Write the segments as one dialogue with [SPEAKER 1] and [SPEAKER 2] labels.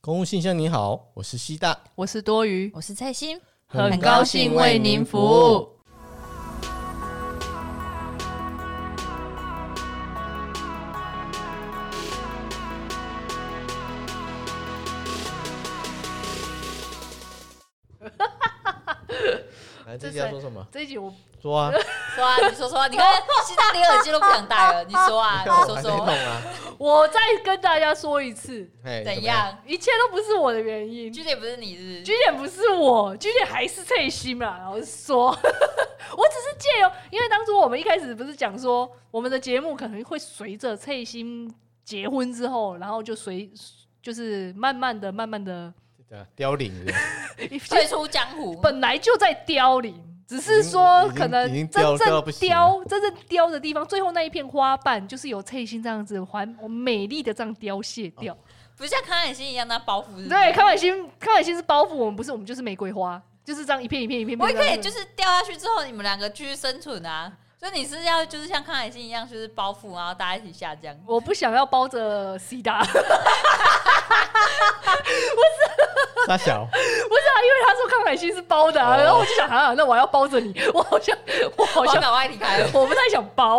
[SPEAKER 1] 公务信箱，你好，我是西大，
[SPEAKER 2] 我是多余，
[SPEAKER 3] 我是蔡心。
[SPEAKER 2] 很高兴为您服务。
[SPEAKER 1] 来，这家说什么？
[SPEAKER 2] 这一集我
[SPEAKER 1] 说啊，
[SPEAKER 3] 说啊，你说说啊，你看西大连耳机都不想戴了，你说 啊，你说
[SPEAKER 1] 还没弄
[SPEAKER 3] 说，
[SPEAKER 1] 啊？
[SPEAKER 2] 我再跟大家说一次，
[SPEAKER 1] 哎，
[SPEAKER 3] 怎
[SPEAKER 1] 样？
[SPEAKER 3] 样？
[SPEAKER 2] 一切都不是我的原因。
[SPEAKER 3] 据点不是你是不
[SPEAKER 2] 居
[SPEAKER 3] 是？
[SPEAKER 2] 点不是我，居点还是翠心啦。老实说， 我只是借由，因为当初我们一开始不是讲说，我们的节目可能会随着翠心结婚之后，然后就随就是慢慢的、慢慢的，
[SPEAKER 1] 对啊凋零是不是，
[SPEAKER 3] 退出江湖，
[SPEAKER 2] 本来就在凋零，只是说
[SPEAKER 1] 已经
[SPEAKER 2] 可能
[SPEAKER 1] 已经
[SPEAKER 2] 真
[SPEAKER 1] 凋
[SPEAKER 2] 正
[SPEAKER 1] 凋到不行
[SPEAKER 2] 凋、真正凋的地方，最后那一片花瓣，就是由翠心这样子还美丽的这样凋谢
[SPEAKER 1] 哦
[SPEAKER 2] 掉。
[SPEAKER 3] 不像康乃馨一样那包袱是不是。
[SPEAKER 2] 对，康乃馨，康乃馨是包袱，我们不是，我们就是玫瑰花，就是这样一片一片一片。
[SPEAKER 3] 我也可以，就是是掉下去之后，你们两个继续生存啊。所以你是要就是像康乃馨一样，就是包袱，然后大家一起下降。
[SPEAKER 2] 我不想要包着 C 大，不是
[SPEAKER 1] 大小，
[SPEAKER 2] 啊，因为他说康乃馨是包的、啊，
[SPEAKER 1] 哦
[SPEAKER 2] 然后我就想啊，那我要包着你，我好像，我好
[SPEAKER 3] 我要
[SPEAKER 2] 像
[SPEAKER 3] 赶快离开了。
[SPEAKER 2] 我不太想包。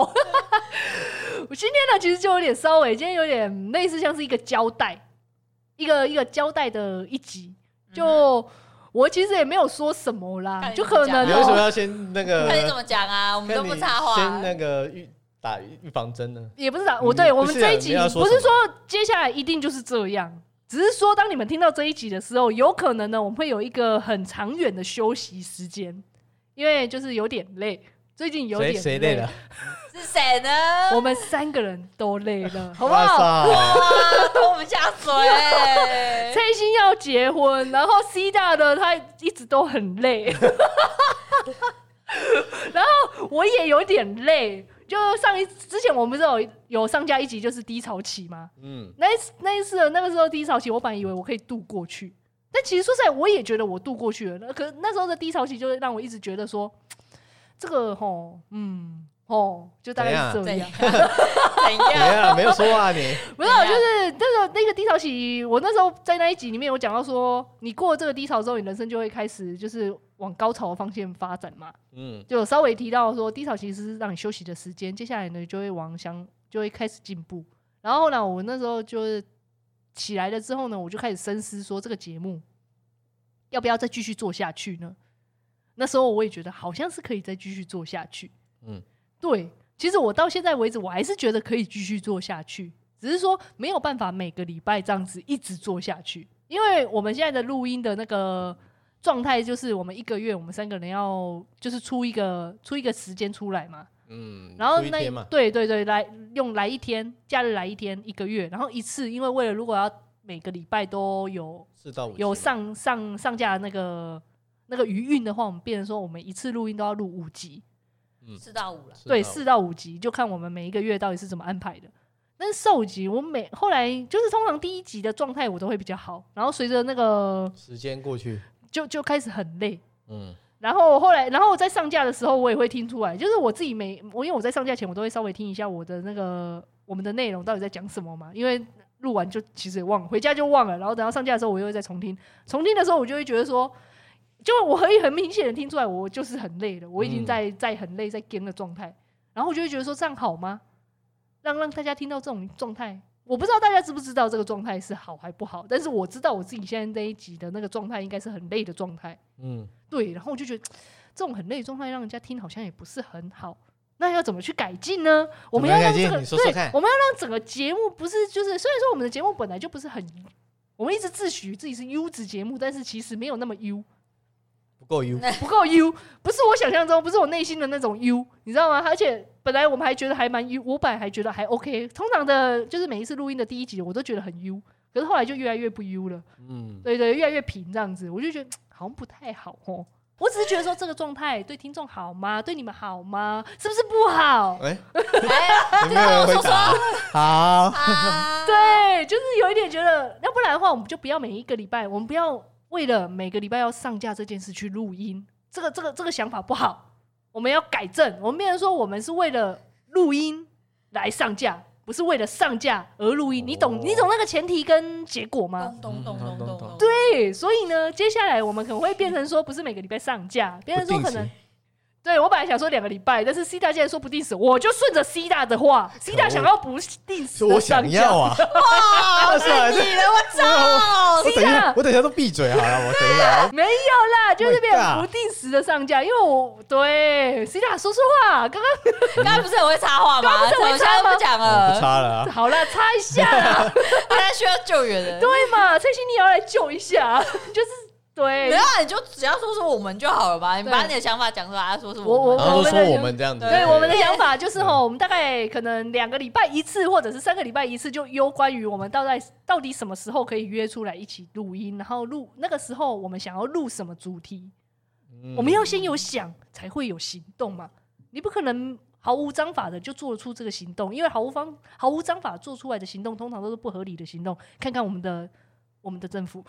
[SPEAKER 2] 我今天呢，其实就有点稍微，今天有点类似像是一个交代，一个一个交代的一集。就、我其实也没有说什么啦
[SPEAKER 3] 看，嗯你
[SPEAKER 2] 就
[SPEAKER 3] 怎
[SPEAKER 2] 可
[SPEAKER 3] 么讲啊
[SPEAKER 1] 你
[SPEAKER 2] 能哦
[SPEAKER 1] 为什么要先那个？
[SPEAKER 3] 看你怎么讲啊，我们都
[SPEAKER 1] 跟你
[SPEAKER 3] 不插话啊。
[SPEAKER 1] 先那个预打预防针呢？
[SPEAKER 2] 也不是啊，
[SPEAKER 1] 你
[SPEAKER 2] 我对
[SPEAKER 1] 不
[SPEAKER 2] 我们
[SPEAKER 1] 是
[SPEAKER 2] 这
[SPEAKER 1] 啊
[SPEAKER 2] 一集
[SPEAKER 1] 你要说
[SPEAKER 2] 不是
[SPEAKER 1] 什
[SPEAKER 2] 说接下来一定就是这样，只是说当你们听到这一集的时候，有可能呢我们会有一个很长远的休息时间，因为就是有点累，最近有
[SPEAKER 1] 谁
[SPEAKER 2] 点
[SPEAKER 1] 谁累了？？
[SPEAKER 3] 是谁呢？
[SPEAKER 2] 我们三个人都累了，好不
[SPEAKER 1] 哇
[SPEAKER 2] 好？
[SPEAKER 1] 塞，
[SPEAKER 3] 哇，拖我们下水。
[SPEAKER 2] 蔡心要结婚，然后 C 大的他一直都很累， 然后我也有点累。就上一之前我们不是有有上架一集就是低潮期吗？
[SPEAKER 1] 嗯，
[SPEAKER 2] 那一次那一次的那个时候低潮期，我本来以为我可以度过去，但其实说实在，我也觉得我度过去了。那可那时候的低潮期，就会让我一直觉得说，这个吼，嗯，吼，就大概是这
[SPEAKER 3] 怎
[SPEAKER 2] 样
[SPEAKER 3] 样。？怎
[SPEAKER 1] 怎
[SPEAKER 3] 样？
[SPEAKER 1] 样？没有说啊你，
[SPEAKER 2] 不是，
[SPEAKER 3] 怎样
[SPEAKER 2] 就是那个那个低潮期，我那时候在那一集里面有讲到说，你过了这个低潮之后，你人生就会开始就是往高潮的方向发展嘛。
[SPEAKER 1] 嗯，
[SPEAKER 2] 就有稍微提到说，低潮其实是让你休息的时间，接下来呢就会往想就会开始进步。然后呢，我那时候就是起来了之后呢，我就开始深思说，这个节目要不要再继续做下去呢？那时候我也觉得好像是可以再继续做下去。
[SPEAKER 1] 嗯
[SPEAKER 2] 嗯，对，其实我到现在为止，我还是觉得可以继续做下去，只是说没有办法每个礼拜这样子一直做下去，因为我们现在的录音的那个状态就是我们一个月我们三个人要就是出一个出一个时间出来嘛，
[SPEAKER 1] 嗯，
[SPEAKER 2] 然后
[SPEAKER 1] 住一
[SPEAKER 2] 那
[SPEAKER 1] 天嘛，
[SPEAKER 2] 对对对来用来一天假日来一天一个月，然后一次，因为为了如果要每个礼拜都有
[SPEAKER 1] 四到五
[SPEAKER 2] 有
[SPEAKER 1] 集嘛
[SPEAKER 2] 上上上架那个那个余韵的话，我们变成说我们一次录音都要录五集，
[SPEAKER 3] 四到五了，
[SPEAKER 2] 对，
[SPEAKER 1] 到五
[SPEAKER 2] 四到五集，就看我们每一个月到底是怎么安排的。但是瘦集，我每后来就是通常第一集的状态我都会比较好，然后随着那个
[SPEAKER 1] 时间过去，
[SPEAKER 2] 就就开始很累，
[SPEAKER 1] 嗯，
[SPEAKER 2] 然后后来，然后我在上架的时候，我也会听出来，就是我自己每我因为我在上架前，我都会稍微听一下我的那个我们的内容到底在讲什么嘛，因为录完就其实也忘了，回家就忘了，然后等到上架的时候，我又会再重听，重听的时候我就会觉得说，就我可以很明显的听出来，我就是很累了，我已经
[SPEAKER 1] 嗯
[SPEAKER 2] 在、在很累在跟的状态，然后我就会觉得说这样好吗？让让大家听到这种状态，我不知道大家知不知道这个状态是好还不好，但是我知道我自己现在那一集的那个状态应该是很累的状态。
[SPEAKER 1] 嗯，
[SPEAKER 2] 对，然后我就觉得这种很累的状态让人家听好像也不是很好。那要怎么去改进呢？我们要让
[SPEAKER 1] 改进
[SPEAKER 2] 这个
[SPEAKER 1] 你说说
[SPEAKER 2] 对
[SPEAKER 1] 看，
[SPEAKER 2] 我们要让整个节目不是就是，虽然说我们的节目本来就不是很，我们一直自诩自己是优质节目，但是其实没有那么优，
[SPEAKER 1] 不够优，
[SPEAKER 2] 不够优，不是我想象中，不是我内心的那种优，你知道吗？而且本来我们还觉得还蛮优，我本来还觉得还 OK，通常的就是每一次录音的第一集我都觉得很优，可是后来就越来越不优了。
[SPEAKER 1] 嗯，
[SPEAKER 2] 对对，越来越平这样子，我就觉得好像不太好哦。 我只是觉得说这个状态对听众好吗？对你们好吗？是不是不 好？
[SPEAKER 1] 哎，
[SPEAKER 3] 哎，
[SPEAKER 1] 有没有人回答？好，
[SPEAKER 3] 啊，
[SPEAKER 2] 对，就是有一点觉得，要不然的话，我们就不要每一个礼拜，我们不要为了每个礼拜要上架这件事去录音，这个这个这个想法不好，我们要改正。我们变成说，我们是为了录音来上架，不是为了上架而录音，你懂
[SPEAKER 1] 哦
[SPEAKER 2] 你懂那个前提跟结果吗？
[SPEAKER 3] 咚
[SPEAKER 1] 嗯
[SPEAKER 3] 咚咚咚咚咚，
[SPEAKER 1] 对，
[SPEAKER 2] 对，所以呢，接下来我们可能会变成说，不是每个礼拜上架，变成说可能。对，我本来想说两个礼拜，但是 C 大竟然说不定时，我就顺着 C 大的话，C 大想要不定时
[SPEAKER 1] 是我想要 啊！
[SPEAKER 2] 哦
[SPEAKER 1] 哇，是啊，
[SPEAKER 3] 你了，我
[SPEAKER 1] 我
[SPEAKER 3] 操！
[SPEAKER 1] 等一下，我等一下都闭嘴好了，我等一 下。
[SPEAKER 2] 没有啦，就
[SPEAKER 1] Oh
[SPEAKER 2] 是
[SPEAKER 1] My
[SPEAKER 2] 变
[SPEAKER 1] God
[SPEAKER 2] 成不定时的上架，因为我对 C 大说说话，刚刚
[SPEAKER 3] 刚刚不是很会插话吗？
[SPEAKER 2] 刚刚不是很
[SPEAKER 3] 我
[SPEAKER 2] 会
[SPEAKER 3] 现
[SPEAKER 2] 插
[SPEAKER 3] 在
[SPEAKER 2] 吗
[SPEAKER 3] 不讲
[SPEAKER 1] 我不
[SPEAKER 3] 了，
[SPEAKER 1] 插了啊！
[SPEAKER 2] 好啦，插一下 啦，
[SPEAKER 3] 现在需要救援人。
[SPEAKER 2] 对嘛，蔡心你也要来救一下， 就是对
[SPEAKER 3] 没，有，啊你就只要说是我们就好了吧？你把
[SPEAKER 2] 对
[SPEAKER 3] 你的想法讲出来，他说是
[SPEAKER 2] 我
[SPEAKER 3] 我
[SPEAKER 2] 我
[SPEAKER 3] 们。
[SPEAKER 1] 然后都说我们这样子，
[SPEAKER 2] 对我们的
[SPEAKER 3] 对
[SPEAKER 2] 想法就是吼，我们大概可能两个礼拜一次，或者是三个礼拜一次，就有关于我们到底到底什么时候可以约出来一起录音，然后录那个时候我们想要录什么主题，
[SPEAKER 1] 嗯
[SPEAKER 2] 我们要先有想，才会有行动嘛。你不可能毫无章法的就做出这个行动，因为毫无方毫无章法做出来的行动，通常都是不合理的行动。看看我们的我们的政府，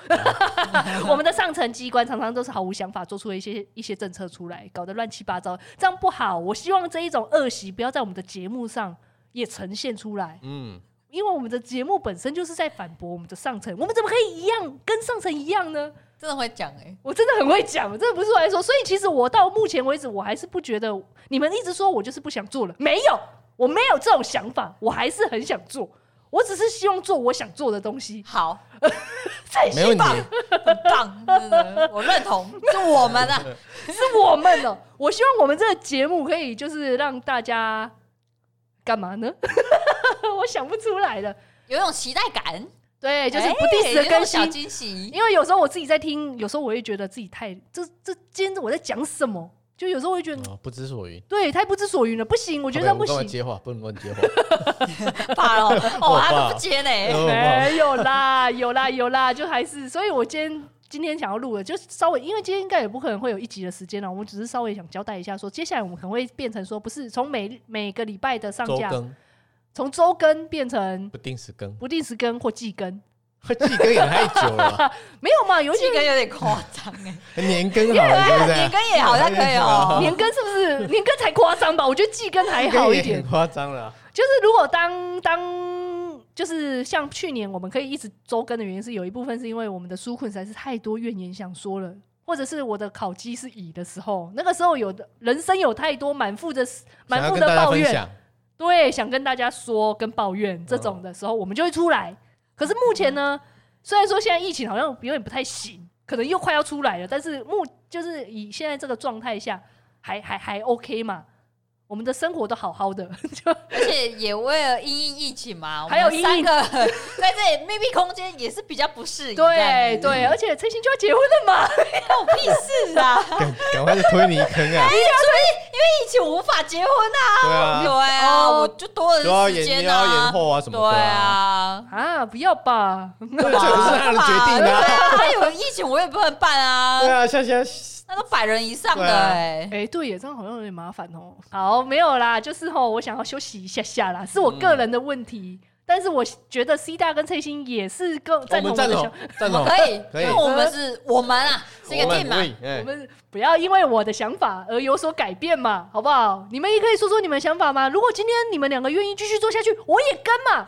[SPEAKER 2] 我们的上层机关常常都是毫无想法做出了一些一些政策出来，搞得乱七八糟，这样不好。我希望这一种恶习不要在我们的节目上也呈现出来。
[SPEAKER 1] 嗯，
[SPEAKER 2] 因为我们的节目本身就是在反驳我们的上层，我们怎么可以一样跟上层一样呢？
[SPEAKER 3] 真的会讲哎，
[SPEAKER 2] 我真的很会讲，我真的不是我来说。所以其实我到目前为止，我还是不觉得你们一直说我就是不想做了，没有，我没有这种想法，我还是很想做，我只是希望做我想做的东 西。
[SPEAKER 3] 好，
[SPEAKER 2] 这
[SPEAKER 1] 没问题，
[SPEAKER 3] 很棒，真的我认同，是我们啊，
[SPEAKER 2] 是我们哦，我希望我们这个节目可以就是让大家干嘛呢？ 我想不出来了。
[SPEAKER 3] 有一种期待感，
[SPEAKER 2] 对，就是不
[SPEAKER 3] 哎
[SPEAKER 2] 定时的
[SPEAKER 3] 有一种
[SPEAKER 2] 更新
[SPEAKER 3] 小，惊喜。
[SPEAKER 2] 因为有时候我自己在听，有时候我会觉得自己太这这今天我在讲什么，就有时候会觉得
[SPEAKER 1] 啊不知所云。
[SPEAKER 2] 对太不知所云了，不行，我
[SPEAKER 1] 我
[SPEAKER 2] 觉得这样不行。
[SPEAKER 1] 接话不能乱接话。
[SPEAKER 3] 怕了哦，
[SPEAKER 1] 我
[SPEAKER 3] 他
[SPEAKER 1] 怕
[SPEAKER 3] 都不接呢。
[SPEAKER 1] 哦
[SPEAKER 2] 没有啦， 有啦，有啦，就还是，所以我今天今天想要录的，就稍微，因为今天应该也不可能会有一集的时间了，哦我们只是稍微想交代一下说接下来我们可能会变成说，不是从每每个礼拜的上
[SPEAKER 1] 周
[SPEAKER 2] 架，
[SPEAKER 1] 更
[SPEAKER 2] 从周更变成
[SPEAKER 1] 不定时更，
[SPEAKER 2] 不定时更或季更，
[SPEAKER 1] 季更也太久了 吧，
[SPEAKER 2] 没有嘛？有一些
[SPEAKER 3] 这个有点夸张哎，
[SPEAKER 1] 年更哦好了，对不 对？
[SPEAKER 3] 年更也好像可以哦，
[SPEAKER 2] 年更是不是年更才夸张吧？我觉得季更还
[SPEAKER 1] 年
[SPEAKER 2] 好
[SPEAKER 1] 更
[SPEAKER 2] 一
[SPEAKER 1] 也
[SPEAKER 2] 点
[SPEAKER 1] 很，夸张了。
[SPEAKER 2] 就是如果当当就是像去年我们可以一直周更的原因是有一部分是因为我们的书困实在是太多怨言想说了。或者是我的烤鸡是乙的时候，那个时候有的人生有太多满腹的
[SPEAKER 1] 想
[SPEAKER 2] 满
[SPEAKER 1] 要
[SPEAKER 2] 腹
[SPEAKER 1] 跟
[SPEAKER 2] 的
[SPEAKER 1] 大家
[SPEAKER 2] 抱
[SPEAKER 1] 分
[SPEAKER 2] 怨，
[SPEAKER 1] 享，
[SPEAKER 2] 对，想跟大家说跟抱怨这种的时候，我们就会出来。可是目前呢，虽然说现在疫情好像有点不太行，可能又快要出来了，但是目就是以现在这个状态下，还还还 OK 嘛，我们的生活都好好的， 就
[SPEAKER 3] 而且也为了因应疫情嘛，我
[SPEAKER 2] 还有
[SPEAKER 3] 们
[SPEAKER 2] 因
[SPEAKER 3] 三
[SPEAKER 2] 应
[SPEAKER 3] 个 在这里密闭空间也是比较不适应。
[SPEAKER 2] 对，对，而且崔欣就要结婚了嘛，
[SPEAKER 3] 关我屁 事啊！
[SPEAKER 1] 赶赶快就推你一坑啊！
[SPEAKER 3] 疫情无法结婚啊，
[SPEAKER 1] 对啊，
[SPEAKER 3] 对啊，
[SPEAKER 2] 哦
[SPEAKER 3] 我就多
[SPEAKER 1] 都要
[SPEAKER 3] 了时
[SPEAKER 1] 延
[SPEAKER 3] 间
[SPEAKER 1] 又要延
[SPEAKER 3] 啊，
[SPEAKER 1] 后啊什么
[SPEAKER 3] 对
[SPEAKER 1] 的。
[SPEAKER 3] 啊。
[SPEAKER 2] 啊，不要吧，
[SPEAKER 1] 对，啊这不是他的决定
[SPEAKER 3] 对
[SPEAKER 1] 啊。
[SPEAKER 3] 啊，他啊有疫情我也不能办
[SPEAKER 1] 对
[SPEAKER 3] 啊，
[SPEAKER 1] 啊，像现在
[SPEAKER 3] 那都百人以上
[SPEAKER 1] 对
[SPEAKER 3] 的
[SPEAKER 1] 啊
[SPEAKER 3] 哎，
[SPEAKER 2] 哎、对耶，这样好像有点麻烦哦。好，没有啦，就是吼，我想要休息一下下啦，是我个人的问题。但是我觉得 C 大跟崔欣也是更
[SPEAKER 1] 我
[SPEAKER 2] 赞同哦
[SPEAKER 1] 们
[SPEAKER 2] 我的
[SPEAKER 1] 赞
[SPEAKER 2] 哎想
[SPEAKER 1] 同，赞 同，
[SPEAKER 3] 可以，
[SPEAKER 1] 哦可以
[SPEAKER 3] 因为我们是我们啊，是一个
[SPEAKER 1] 我们
[SPEAKER 3] team 嘛。
[SPEAKER 1] 可以哎
[SPEAKER 2] 我们不要因为我的想法而有所改变嘛，好不好？你们也可以说说你们的想法嘛。如果今天你们两个愿意继续做下去，我也跟嘛。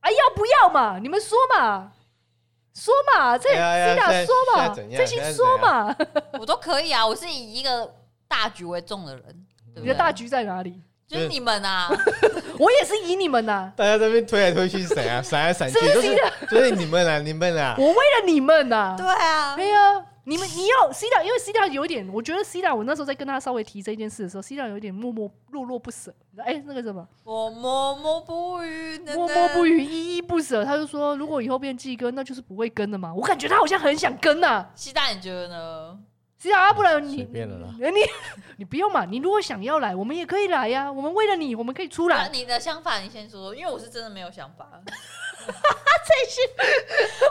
[SPEAKER 2] 哎，要不要嘛？你们说嘛，说嘛，这
[SPEAKER 1] 哎呀哎呀
[SPEAKER 2] C
[SPEAKER 1] 现
[SPEAKER 2] 大
[SPEAKER 1] 在
[SPEAKER 2] 说
[SPEAKER 1] 现
[SPEAKER 2] 嘛
[SPEAKER 1] 在怎，样
[SPEAKER 2] 这
[SPEAKER 1] 现在
[SPEAKER 2] 些
[SPEAKER 1] 怎
[SPEAKER 2] 说嘛，
[SPEAKER 3] 我都可以啊，我是以一个大局为重的人，对
[SPEAKER 2] 你
[SPEAKER 3] 不
[SPEAKER 2] 的
[SPEAKER 3] 对？
[SPEAKER 2] 大局在哪里？
[SPEAKER 3] 就是你们啊，
[SPEAKER 2] 我也是以你们呐、
[SPEAKER 1] 大家在那边推来推去，闪啊闪来闪去，
[SPEAKER 2] 是
[SPEAKER 1] 都
[SPEAKER 2] 不
[SPEAKER 1] 是
[SPEAKER 2] 是
[SPEAKER 1] 就是你们啊，你们啊，
[SPEAKER 2] 我为了你们呐、
[SPEAKER 3] 对啊，
[SPEAKER 2] 对呀、你 们你要 C 大，因为 C 大有一点，我觉得 C 大，我那时候在跟他稍微提这件事的时候，C 大有一点默默落落不舍。哎、那个什么，
[SPEAKER 3] 我默默不语，等
[SPEAKER 2] 默
[SPEAKER 3] 等
[SPEAKER 2] 默不。语，依依不舍。他就说，如果以后变季更，那就是不会跟了嘛。我感觉他好像很想跟呐、啊。
[SPEAKER 3] 西大，你觉得呢？
[SPEAKER 2] C 大，啊不然
[SPEAKER 1] 随
[SPEAKER 2] 你
[SPEAKER 1] 便了啦。
[SPEAKER 2] 你你不用嘛，你如果想要来，我们也可以来呀、我们为了你，我们可以出
[SPEAKER 3] 那
[SPEAKER 2] 来。
[SPEAKER 3] 你的想法，你先说说，因为我是真的没有想 法。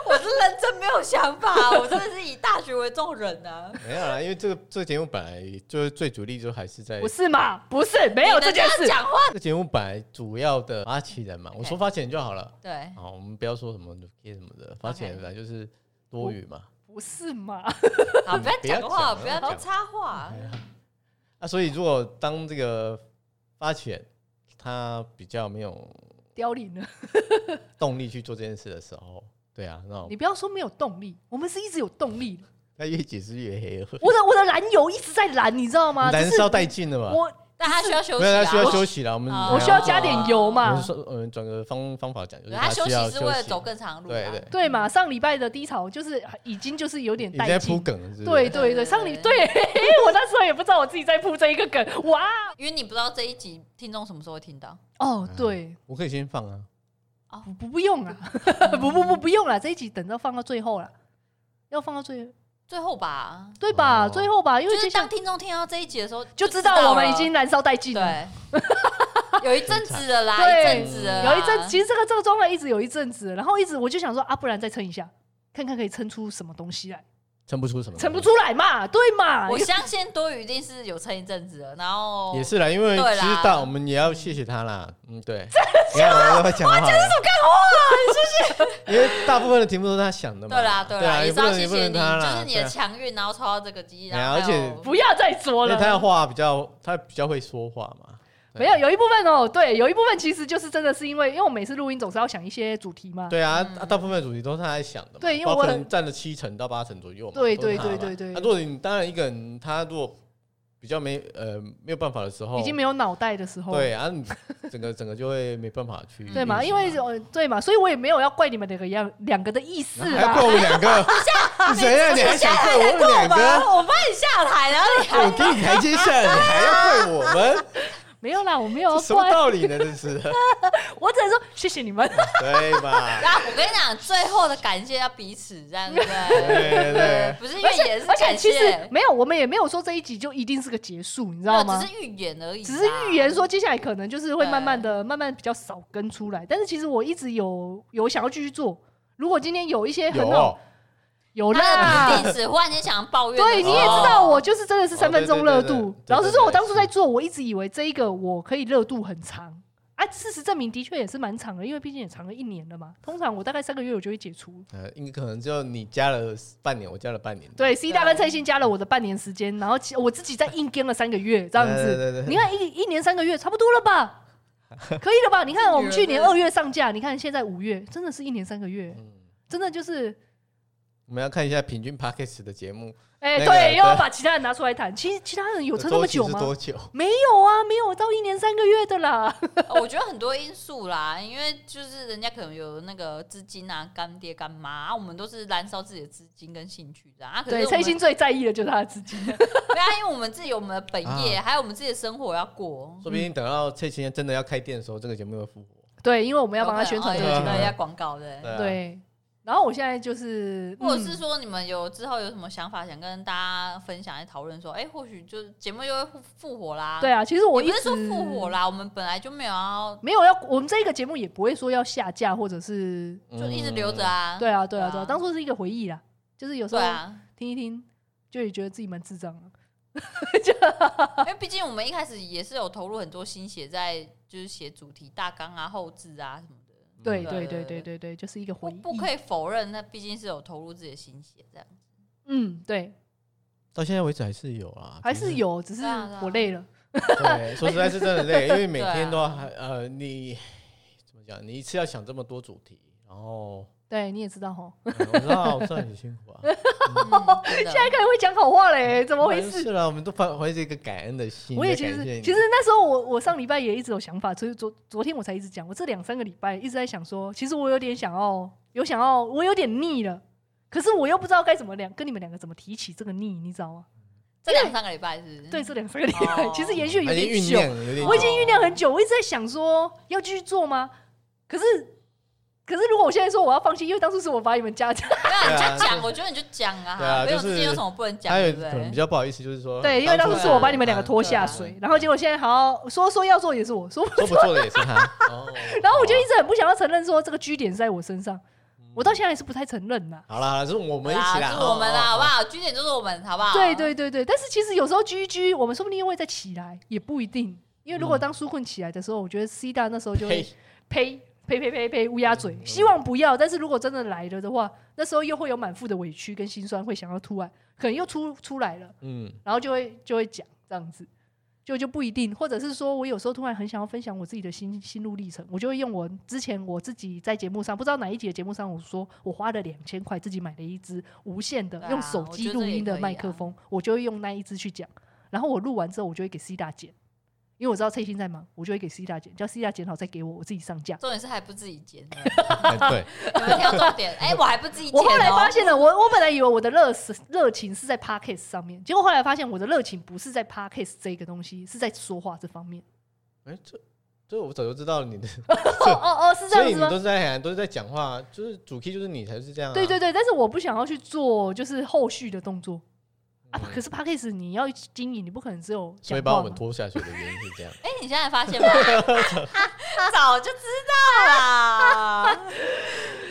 [SPEAKER 3] 我是认真没有想法，啊我真的是以大局为重人啊。
[SPEAKER 1] 没有啦，因为这个这个节目本来就是最主力，就还是在
[SPEAKER 2] 不是啊嘛？不是， 没有这
[SPEAKER 3] 你能
[SPEAKER 2] 件
[SPEAKER 3] 样
[SPEAKER 2] 事。
[SPEAKER 3] 讲话
[SPEAKER 1] 这节目本来主要的发起人嘛，我说发起人就好了。
[SPEAKER 3] 对，
[SPEAKER 1] 好，我们不要说什么 Nuki 什么的，发起人本来就是多余嘛。
[SPEAKER 2] 不是嘛？
[SPEAKER 3] 好，不要讲话，不
[SPEAKER 1] 不
[SPEAKER 3] 要
[SPEAKER 1] 要讲
[SPEAKER 3] 讲插话
[SPEAKER 1] 哎。呀啊，所以如果当这个发起人他比较没有
[SPEAKER 2] 凋零了。
[SPEAKER 1] 动力去做这件事的时候，对啊，那
[SPEAKER 2] 你不要说没有动力，我们是一直有动力的。
[SPEAKER 1] 他越解释越黑了，
[SPEAKER 2] 我的我的燃油一直在燃，你知道吗？
[SPEAKER 1] 燃
[SPEAKER 2] 只是
[SPEAKER 1] 烧啊殆尽了嘛，
[SPEAKER 2] 我
[SPEAKER 3] 但他需要休息
[SPEAKER 1] 没有
[SPEAKER 3] 啊，
[SPEAKER 1] 他需要休息了，我们
[SPEAKER 3] 啊
[SPEAKER 2] 我需要加点油
[SPEAKER 1] 我
[SPEAKER 2] 嘛
[SPEAKER 1] 们，说我们转个方方法讲，就是
[SPEAKER 3] 对他休
[SPEAKER 1] 需要
[SPEAKER 3] 息是
[SPEAKER 1] 休
[SPEAKER 3] 为了
[SPEAKER 1] 息
[SPEAKER 3] 走更长路啊。
[SPEAKER 1] 对对，
[SPEAKER 2] 对嘛？上礼拜的低潮就是已经就是有点
[SPEAKER 1] 你
[SPEAKER 2] 殆
[SPEAKER 1] 在铺
[SPEAKER 2] 尽。
[SPEAKER 1] 梗是不是，
[SPEAKER 2] 对对
[SPEAKER 3] 对
[SPEAKER 2] 对，
[SPEAKER 3] 对
[SPEAKER 2] 上礼 对，
[SPEAKER 3] 对
[SPEAKER 2] 嘿嘿我那时候也不知道我自己在铺这一个梗，哇！
[SPEAKER 3] 因为你不知道这一集听众什么时候会听到。
[SPEAKER 2] 哦
[SPEAKER 1] 嗯，
[SPEAKER 2] 对，
[SPEAKER 1] 我可以先放啊，
[SPEAKER 2] 不不不用啊， 不不不不用了，这一集等到放到最后了，要放到最
[SPEAKER 3] 最后吧，
[SPEAKER 2] 对吧？
[SPEAKER 1] 哦
[SPEAKER 2] 最后吧，因
[SPEAKER 3] 就
[SPEAKER 2] 为
[SPEAKER 3] 是
[SPEAKER 2] 就
[SPEAKER 3] 当
[SPEAKER 2] 像
[SPEAKER 3] 听众听到这一集的时候，
[SPEAKER 2] 就知道我们已经燃烧殆尽了。
[SPEAKER 3] 对，有一阵子了啦，
[SPEAKER 2] 对
[SPEAKER 3] 一阵子了啦，
[SPEAKER 2] 有一阵，其实这个这个状态一直有一阵子，然后一直我就想说啊，不然再撑一下，看看可以撑出什么东西来，
[SPEAKER 1] 撑不出什么，
[SPEAKER 2] 撑不出，来嘛，对嘛？
[SPEAKER 3] 我相信多余一定是有撑一阵子了，然后
[SPEAKER 1] 啊也是啦，因为
[SPEAKER 3] 哦对
[SPEAKER 1] 知
[SPEAKER 3] 啦
[SPEAKER 1] 道我们也要谢谢他啦，嗯， 对，你看我要讲好了，这是什么干
[SPEAKER 3] 啊
[SPEAKER 1] 话？谢谢，因为大部分的题目都是他想的嘛，
[SPEAKER 3] 对啦，
[SPEAKER 1] 对
[SPEAKER 3] 啦，
[SPEAKER 1] 也
[SPEAKER 3] 也
[SPEAKER 1] 不
[SPEAKER 3] 是要
[SPEAKER 1] 能
[SPEAKER 3] 谢
[SPEAKER 1] 也不
[SPEAKER 3] 谢
[SPEAKER 1] 能
[SPEAKER 3] 你，
[SPEAKER 1] 他
[SPEAKER 3] 就
[SPEAKER 1] 啦，
[SPEAKER 3] 是你的
[SPEAKER 1] 对啊
[SPEAKER 3] 强运，然后抽到这个机，
[SPEAKER 1] 对啊
[SPEAKER 3] 然后
[SPEAKER 1] 而且
[SPEAKER 3] 还有
[SPEAKER 2] 不要再
[SPEAKER 1] 因
[SPEAKER 2] 说
[SPEAKER 1] 哎为他的
[SPEAKER 2] 了。
[SPEAKER 1] 话比较，他比较会说话嘛，
[SPEAKER 2] 没有，有一部分哦，对，有一部分其实就是真的是因为，因为我每次录音总是要想一些主题嘛。
[SPEAKER 1] 对啊，
[SPEAKER 3] 嗯
[SPEAKER 1] 啊大部分的主题都是他在想的嘛，
[SPEAKER 2] 对因为
[SPEAKER 1] 包括
[SPEAKER 2] 我
[SPEAKER 1] 可
[SPEAKER 2] 很
[SPEAKER 1] 能占了七成到八成左右嘛。
[SPEAKER 2] 对
[SPEAKER 1] 都是
[SPEAKER 2] 对
[SPEAKER 1] 他嘛
[SPEAKER 2] 对对对
[SPEAKER 1] 那如果你当然一个人，他如果比较没呃没有办法的时候，
[SPEAKER 2] 已经没有脑袋的时候，
[SPEAKER 1] 对嗯啊，你整个整个就会没办法去啊
[SPEAKER 2] 对嘛？
[SPEAKER 1] 运
[SPEAKER 2] 因
[SPEAKER 1] 行嘛
[SPEAKER 2] 为呃对嘛，所以我也没有要怪你们两个样两个的意思啊
[SPEAKER 1] 然后还怪。我
[SPEAKER 2] 啦
[SPEAKER 1] 们 两个， 你怎样？哎你还想怪我们两个？
[SPEAKER 3] 我帮你下台，然后 你
[SPEAKER 1] 我给你台阶下，你还要怪我 们？
[SPEAKER 2] 没有啦，我没有要
[SPEAKER 1] 这什么
[SPEAKER 2] 怪，
[SPEAKER 1] 道理呢？这是
[SPEAKER 2] 我只能说谢谢你们。
[SPEAKER 1] 对吧？
[SPEAKER 3] 然后我跟你讲，最后的感谢要彼此，这样对不对？
[SPEAKER 1] 对 对，
[SPEAKER 3] 不是预
[SPEAKER 2] 而且
[SPEAKER 3] 言，是
[SPEAKER 2] 而且
[SPEAKER 3] 感
[SPEAKER 2] 其实
[SPEAKER 3] 谢，
[SPEAKER 2] 没有，我们也没有说这一集就一定是个结束，你知
[SPEAKER 3] 没有
[SPEAKER 2] 道吗？
[SPEAKER 3] 只是预言而已啦，啊
[SPEAKER 2] 只是预言说接下来可能就是会慢慢的、慢慢比较少跟出来，但是其实我一直有有想要继续做。如果今天有一些
[SPEAKER 1] 有
[SPEAKER 2] 很好，
[SPEAKER 1] 哦
[SPEAKER 2] 有
[SPEAKER 3] 他的
[SPEAKER 2] 啦，
[SPEAKER 3] 定时忽然间想要抱怨的时
[SPEAKER 2] 对，
[SPEAKER 3] 候，
[SPEAKER 2] 你也知道，我就是真的是
[SPEAKER 1] 哦
[SPEAKER 2] 三分
[SPEAKER 1] 对
[SPEAKER 2] 钟
[SPEAKER 1] 对
[SPEAKER 2] 热
[SPEAKER 1] 对
[SPEAKER 2] 度
[SPEAKER 1] 对。对
[SPEAKER 2] 老实
[SPEAKER 1] 对
[SPEAKER 2] 说，
[SPEAKER 1] 对
[SPEAKER 2] 我当初在做，我一直以为这一个我可以热度很长啊。事实证明，的确也是蛮长的，因为毕竟也长了一年了嘛。通常我大概三个月我就会解除。
[SPEAKER 1] 呃，应该可能就你加了半年，我加了半年，
[SPEAKER 2] 对，C 大跟蔡信加了我的半年时间，然后其我自己在硬跟了三个月这样
[SPEAKER 1] 对对
[SPEAKER 2] 子。
[SPEAKER 1] 对对
[SPEAKER 2] 你看一一年三个月差不多了吧？可以了吧？你看我们去年二月上架，你看现在五月，真的是一年三个月，
[SPEAKER 1] 嗯
[SPEAKER 2] 真的就是，
[SPEAKER 1] 我们要看一下平均 p a c k a g e 的节目
[SPEAKER 2] 哎、
[SPEAKER 1] 那个
[SPEAKER 2] 对，
[SPEAKER 1] 对
[SPEAKER 2] 又要把其他人拿出来谈。其实其他人有撑那么久
[SPEAKER 1] 周期是
[SPEAKER 2] 吗？
[SPEAKER 1] 多久？
[SPEAKER 2] 没有啊，没有到一年三个月的啦。
[SPEAKER 3] 呃我觉得很多因素啦，因为就是人家可能有那个资金啊，干爹干妈、啊，我们都是燃烧自己的资金跟兴趣的啊。啊可
[SPEAKER 2] 对，
[SPEAKER 3] 是我
[SPEAKER 2] 蔡
[SPEAKER 3] 们
[SPEAKER 2] 欣最在意的就是他的自己。
[SPEAKER 3] 对啊，因为我们自己有我们的本业，还有我们自己的生活要过。
[SPEAKER 2] 嗯
[SPEAKER 1] 说不定等到这期真的要开店的时候，这个节目会复活。
[SPEAKER 2] 对，因为我们要帮他宣传这
[SPEAKER 3] 对啊
[SPEAKER 2] 个
[SPEAKER 1] 哦
[SPEAKER 2] 节
[SPEAKER 1] 对
[SPEAKER 2] 目。
[SPEAKER 3] 对，要广告的。
[SPEAKER 1] 啊，
[SPEAKER 2] 对，然后我现在就是，
[SPEAKER 3] 或者
[SPEAKER 2] 嗯
[SPEAKER 3] 是说，你们有之后有什么想法想跟大家分享、来讨论？说，哎、或许就是节目又会复复活啦。
[SPEAKER 2] 对，啊，其实我
[SPEAKER 3] 不
[SPEAKER 2] 一
[SPEAKER 3] 是
[SPEAKER 2] 直
[SPEAKER 3] 说复活啦，我们本来就没有要，
[SPEAKER 2] 没有要，我们这个节目也不会说要下架或者是
[SPEAKER 1] 嗯
[SPEAKER 3] 就一直留着。啊。
[SPEAKER 2] 对啊，对啊，对
[SPEAKER 3] 对
[SPEAKER 2] 啊，
[SPEAKER 3] 啊
[SPEAKER 2] 当做是一个回忆啦，就是有时
[SPEAKER 3] 对
[SPEAKER 2] 候
[SPEAKER 3] 啊，嗯
[SPEAKER 2] 听一听，就也觉得自己蛮智障的。
[SPEAKER 3] 因为毕竟我们一开始也是有投入很多心血在，就是写主题大纲啊、后置啊什么
[SPEAKER 1] 嗯
[SPEAKER 3] 的。
[SPEAKER 2] 对对对
[SPEAKER 3] 对对
[SPEAKER 2] 对对对，就是一个
[SPEAKER 3] 不
[SPEAKER 2] 回忆。
[SPEAKER 3] 不可以否认，那毕竟是有投入自己的心血 这样。
[SPEAKER 2] 嗯，对，
[SPEAKER 1] 到现在为止还是有啊，
[SPEAKER 2] 还是。有，只是
[SPEAKER 3] 对啊对啊
[SPEAKER 2] 我累了。
[SPEAKER 1] 对，说实在是真的累，因为每
[SPEAKER 3] 对啊
[SPEAKER 1] 天都要 还呃，你怎么讲？你一次要想这么多主题，然后
[SPEAKER 2] 对，你也知道吼，
[SPEAKER 3] 啊
[SPEAKER 1] 嗯我知道，我知道你辛苦 啊。
[SPEAKER 3] 嗯真的
[SPEAKER 2] 现在开始会讲好话嘞，哎怎么回
[SPEAKER 1] 当然
[SPEAKER 2] 事？
[SPEAKER 1] 是啦，我们都怀怀着一个感恩的心。
[SPEAKER 2] 我也
[SPEAKER 1] 在
[SPEAKER 2] 其
[SPEAKER 1] 感
[SPEAKER 2] 实
[SPEAKER 1] 谢你
[SPEAKER 2] 其实那时候我我上礼拜也一直有想法，所以昨昨天我才一直讲，我这两三个礼拜一直在想说，其实我有点想要有想要，我有点腻了，可是我又不知道该怎么两跟你们两个怎么提起这个腻，你知道吗？
[SPEAKER 3] 这两三个礼拜是不是？
[SPEAKER 2] 对，这两三个礼拜
[SPEAKER 3] 哦
[SPEAKER 2] 其实延续有
[SPEAKER 1] 嗯还已经
[SPEAKER 2] 点
[SPEAKER 1] 酝
[SPEAKER 2] 久，
[SPEAKER 1] 酿了有点久，
[SPEAKER 2] 我已经酝酿很久，我一直在想说要继续做吗？可是，可是如果我现在说我要放弃，因为当初是我把你们加加，
[SPEAKER 3] 对啊，
[SPEAKER 1] 对
[SPEAKER 3] 你
[SPEAKER 1] 啊
[SPEAKER 3] 就讲，我觉得你就讲啊，
[SPEAKER 1] 对啊
[SPEAKER 3] 没有
[SPEAKER 1] 就是
[SPEAKER 3] 自己有什么不能讲，
[SPEAKER 1] 他有
[SPEAKER 3] 对不
[SPEAKER 1] 可能比
[SPEAKER 3] 对？
[SPEAKER 1] 较不好意思，哦就是啊说
[SPEAKER 2] 对，因为当初是我把你们两个拖下
[SPEAKER 3] 对
[SPEAKER 2] 水，然后结果现在好像说说要做也是我说，
[SPEAKER 1] 说不做的也是他。哦 嗯
[SPEAKER 2] 然后我就一直很不想要承认说这个据点是在我身上，我到现在还是不太承认呐。
[SPEAKER 1] 好啦，好啦是我们一起
[SPEAKER 3] 啊，
[SPEAKER 1] 啦，哦
[SPEAKER 3] 就是我们啦，好不
[SPEAKER 1] 吧。
[SPEAKER 3] 好？据点就是我们，好不啊好？
[SPEAKER 2] 对对对对，但是其实有时候居一居，我们说不定又会再起来，也不一定。因为如果
[SPEAKER 1] 嗯
[SPEAKER 2] 当纾困起来的时候，我觉得 C 大那时候就会
[SPEAKER 1] 呸嗯
[SPEAKER 2] 呸呸呸呸呸乌鸦嘴，希望不要。但是如果真的来了的话，那时候又会有满腹的委屈跟心酸，会想要突然可能又出出来了，
[SPEAKER 1] 嗯，
[SPEAKER 2] 然后就会就会讲这样子。就就不一定，或者是说我有时候突然很想要分享我自己的心心路历程，我就会用我之前我自己在节目上不知道哪一集的节目上，我说我花了两千块自己买了一支无线的、
[SPEAKER 3] 对啊
[SPEAKER 2] 用手机录音的麦克风，我就会用那一支去讲，然后我录完之后我就会给 C 大剪，因为我知道蔡欣在忙，我就会给 C 大剪，叫 C 大剪好再给我，我自己上架。
[SPEAKER 3] 重点是还不自己剪呢，
[SPEAKER 1] 哎对，
[SPEAKER 3] 你们挑重点。哎，我还不自己剪
[SPEAKER 2] 我
[SPEAKER 3] 哦。
[SPEAKER 2] 后来发现了，我我本来以为我的热死热情是在 podcast 上面，结果后来发现我的热情不是在 podcast 这个东西，是在说话这方面。
[SPEAKER 1] 哎这这我早就知道你的，
[SPEAKER 2] 哦哦哦，是这
[SPEAKER 1] 所
[SPEAKER 2] 样
[SPEAKER 1] 以
[SPEAKER 2] 子
[SPEAKER 1] 你
[SPEAKER 2] 吗
[SPEAKER 1] 都？是在喊，都是在讲话，就是主 key 就是你才是这样啊。
[SPEAKER 2] 对对对，但是我不想要去做就是后续的动作啊。
[SPEAKER 1] 嗯
[SPEAKER 2] 可是 p a c k a g e 你要经营，你不可能只有
[SPEAKER 1] 所
[SPEAKER 2] 讲
[SPEAKER 1] 以
[SPEAKER 2] 话
[SPEAKER 1] 把我们
[SPEAKER 2] 嘛
[SPEAKER 1] 拖下水的原因是这样。
[SPEAKER 3] 哎，你现在发现吗？ 早就知道啦。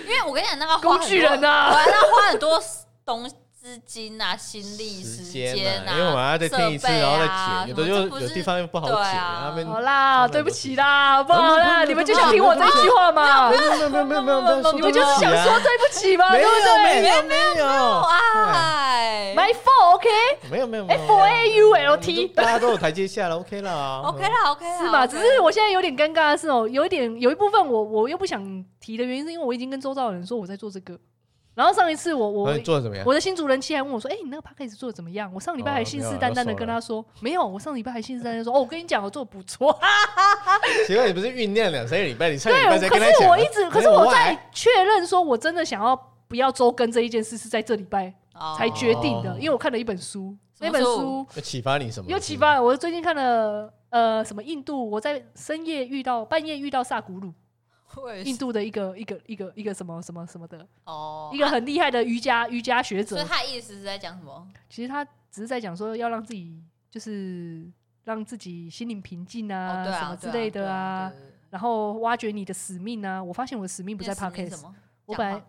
[SPEAKER 3] 因为我跟你讲，那个花
[SPEAKER 2] 工具人
[SPEAKER 3] 我
[SPEAKER 2] 啊，
[SPEAKER 3] 还要花很多东资金啊、心力、
[SPEAKER 1] 时
[SPEAKER 3] 间
[SPEAKER 1] 啊，因为我们还要再听一次，然后再剪，有的
[SPEAKER 3] 就
[SPEAKER 1] 就有地方又不好
[SPEAKER 3] 对
[SPEAKER 1] 剪，
[SPEAKER 3] 啊
[SPEAKER 1] 他们
[SPEAKER 2] 好啦，对不起啦，不好啦，
[SPEAKER 1] 不
[SPEAKER 2] 你
[SPEAKER 1] 用不用
[SPEAKER 2] 们就想听我这一句话嘛？
[SPEAKER 1] 没有没有没有没有没有说对不起啊，
[SPEAKER 2] 你们就是想说对不起嘛，
[SPEAKER 1] 没
[SPEAKER 2] 对
[SPEAKER 1] 有
[SPEAKER 2] 不
[SPEAKER 1] 没
[SPEAKER 2] 对
[SPEAKER 1] 有没有
[SPEAKER 3] 哎
[SPEAKER 2] ？My fault, OK？
[SPEAKER 1] 没有没有
[SPEAKER 2] F A U L
[SPEAKER 1] 我
[SPEAKER 2] T
[SPEAKER 1] 们都大家都有台阶下了，OK 啦
[SPEAKER 3] ，OK 啦，OK 啦，
[SPEAKER 2] 是吧？
[SPEAKER 3] OK
[SPEAKER 2] 只是我现在有点尴尬的是哦，有一点有一部分我我又不想提的原因，是因为我已经跟周遭的人说我在做这个。然后上一次我
[SPEAKER 1] 那
[SPEAKER 2] 我
[SPEAKER 1] 你做的怎么样？
[SPEAKER 2] 我的新主人妻还问我说：“哎、你那个 p a c k a g e 做的怎么样？”我上礼拜
[SPEAKER 1] 哦
[SPEAKER 2] 还信誓
[SPEAKER 1] 没有
[SPEAKER 2] 旦旦
[SPEAKER 1] 都
[SPEAKER 2] 的
[SPEAKER 1] 熟
[SPEAKER 2] 跟
[SPEAKER 1] 了
[SPEAKER 2] 他说：“没有，我上礼拜还信誓旦旦说：‘哦，我跟你讲，我做的不错。
[SPEAKER 1] 奇怪，你不是酝酿两三个礼拜，你上个
[SPEAKER 2] 对
[SPEAKER 1] 礼拜才，
[SPEAKER 2] 可
[SPEAKER 1] 跟他
[SPEAKER 2] 是
[SPEAKER 1] 讲
[SPEAKER 2] 我
[SPEAKER 1] 吗
[SPEAKER 2] 一直，可
[SPEAKER 1] 没
[SPEAKER 2] 是
[SPEAKER 1] 有
[SPEAKER 2] 我
[SPEAKER 1] why？
[SPEAKER 2] 在确认说我真的想要不要周更这一件事是在这礼拜
[SPEAKER 3] 哦
[SPEAKER 2] 才决定的，
[SPEAKER 1] 哦
[SPEAKER 2] 因为我看了一本书，
[SPEAKER 3] 什
[SPEAKER 2] 那
[SPEAKER 3] 么
[SPEAKER 2] 本
[SPEAKER 3] 书
[SPEAKER 2] 书
[SPEAKER 1] 又启发你什么？
[SPEAKER 2] 又启发了我。最近看了呃什么印度，我在深夜遇到半夜遇到萨古鲁，
[SPEAKER 3] 我也是
[SPEAKER 2] 印度的一个一个一个一个什么什么什么的，
[SPEAKER 3] 哦
[SPEAKER 2] 一个很厉害的瑜伽瑜伽学者
[SPEAKER 3] 所以。他的意思是在讲什么？
[SPEAKER 2] 其实他只是在讲说要让自己就是让自己心灵平静啊，
[SPEAKER 3] 哦，对
[SPEAKER 2] 什
[SPEAKER 3] 啊，
[SPEAKER 2] 么之类的啊，
[SPEAKER 3] 对啊，对啊对对
[SPEAKER 2] 然后挖掘你的使命啊。我发现我的使命不在
[SPEAKER 3] 那使命
[SPEAKER 2] podcast，
[SPEAKER 3] 什么？
[SPEAKER 2] 我
[SPEAKER 3] 讲
[SPEAKER 2] 本来
[SPEAKER 3] 话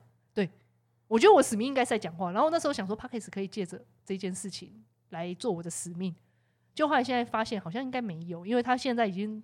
[SPEAKER 2] 我觉得我使命应该是在讲话，然后那时候想说 podcast 可以借着这件事情来做我的使命，就后来现在发现好像应该没有，因为他现在已经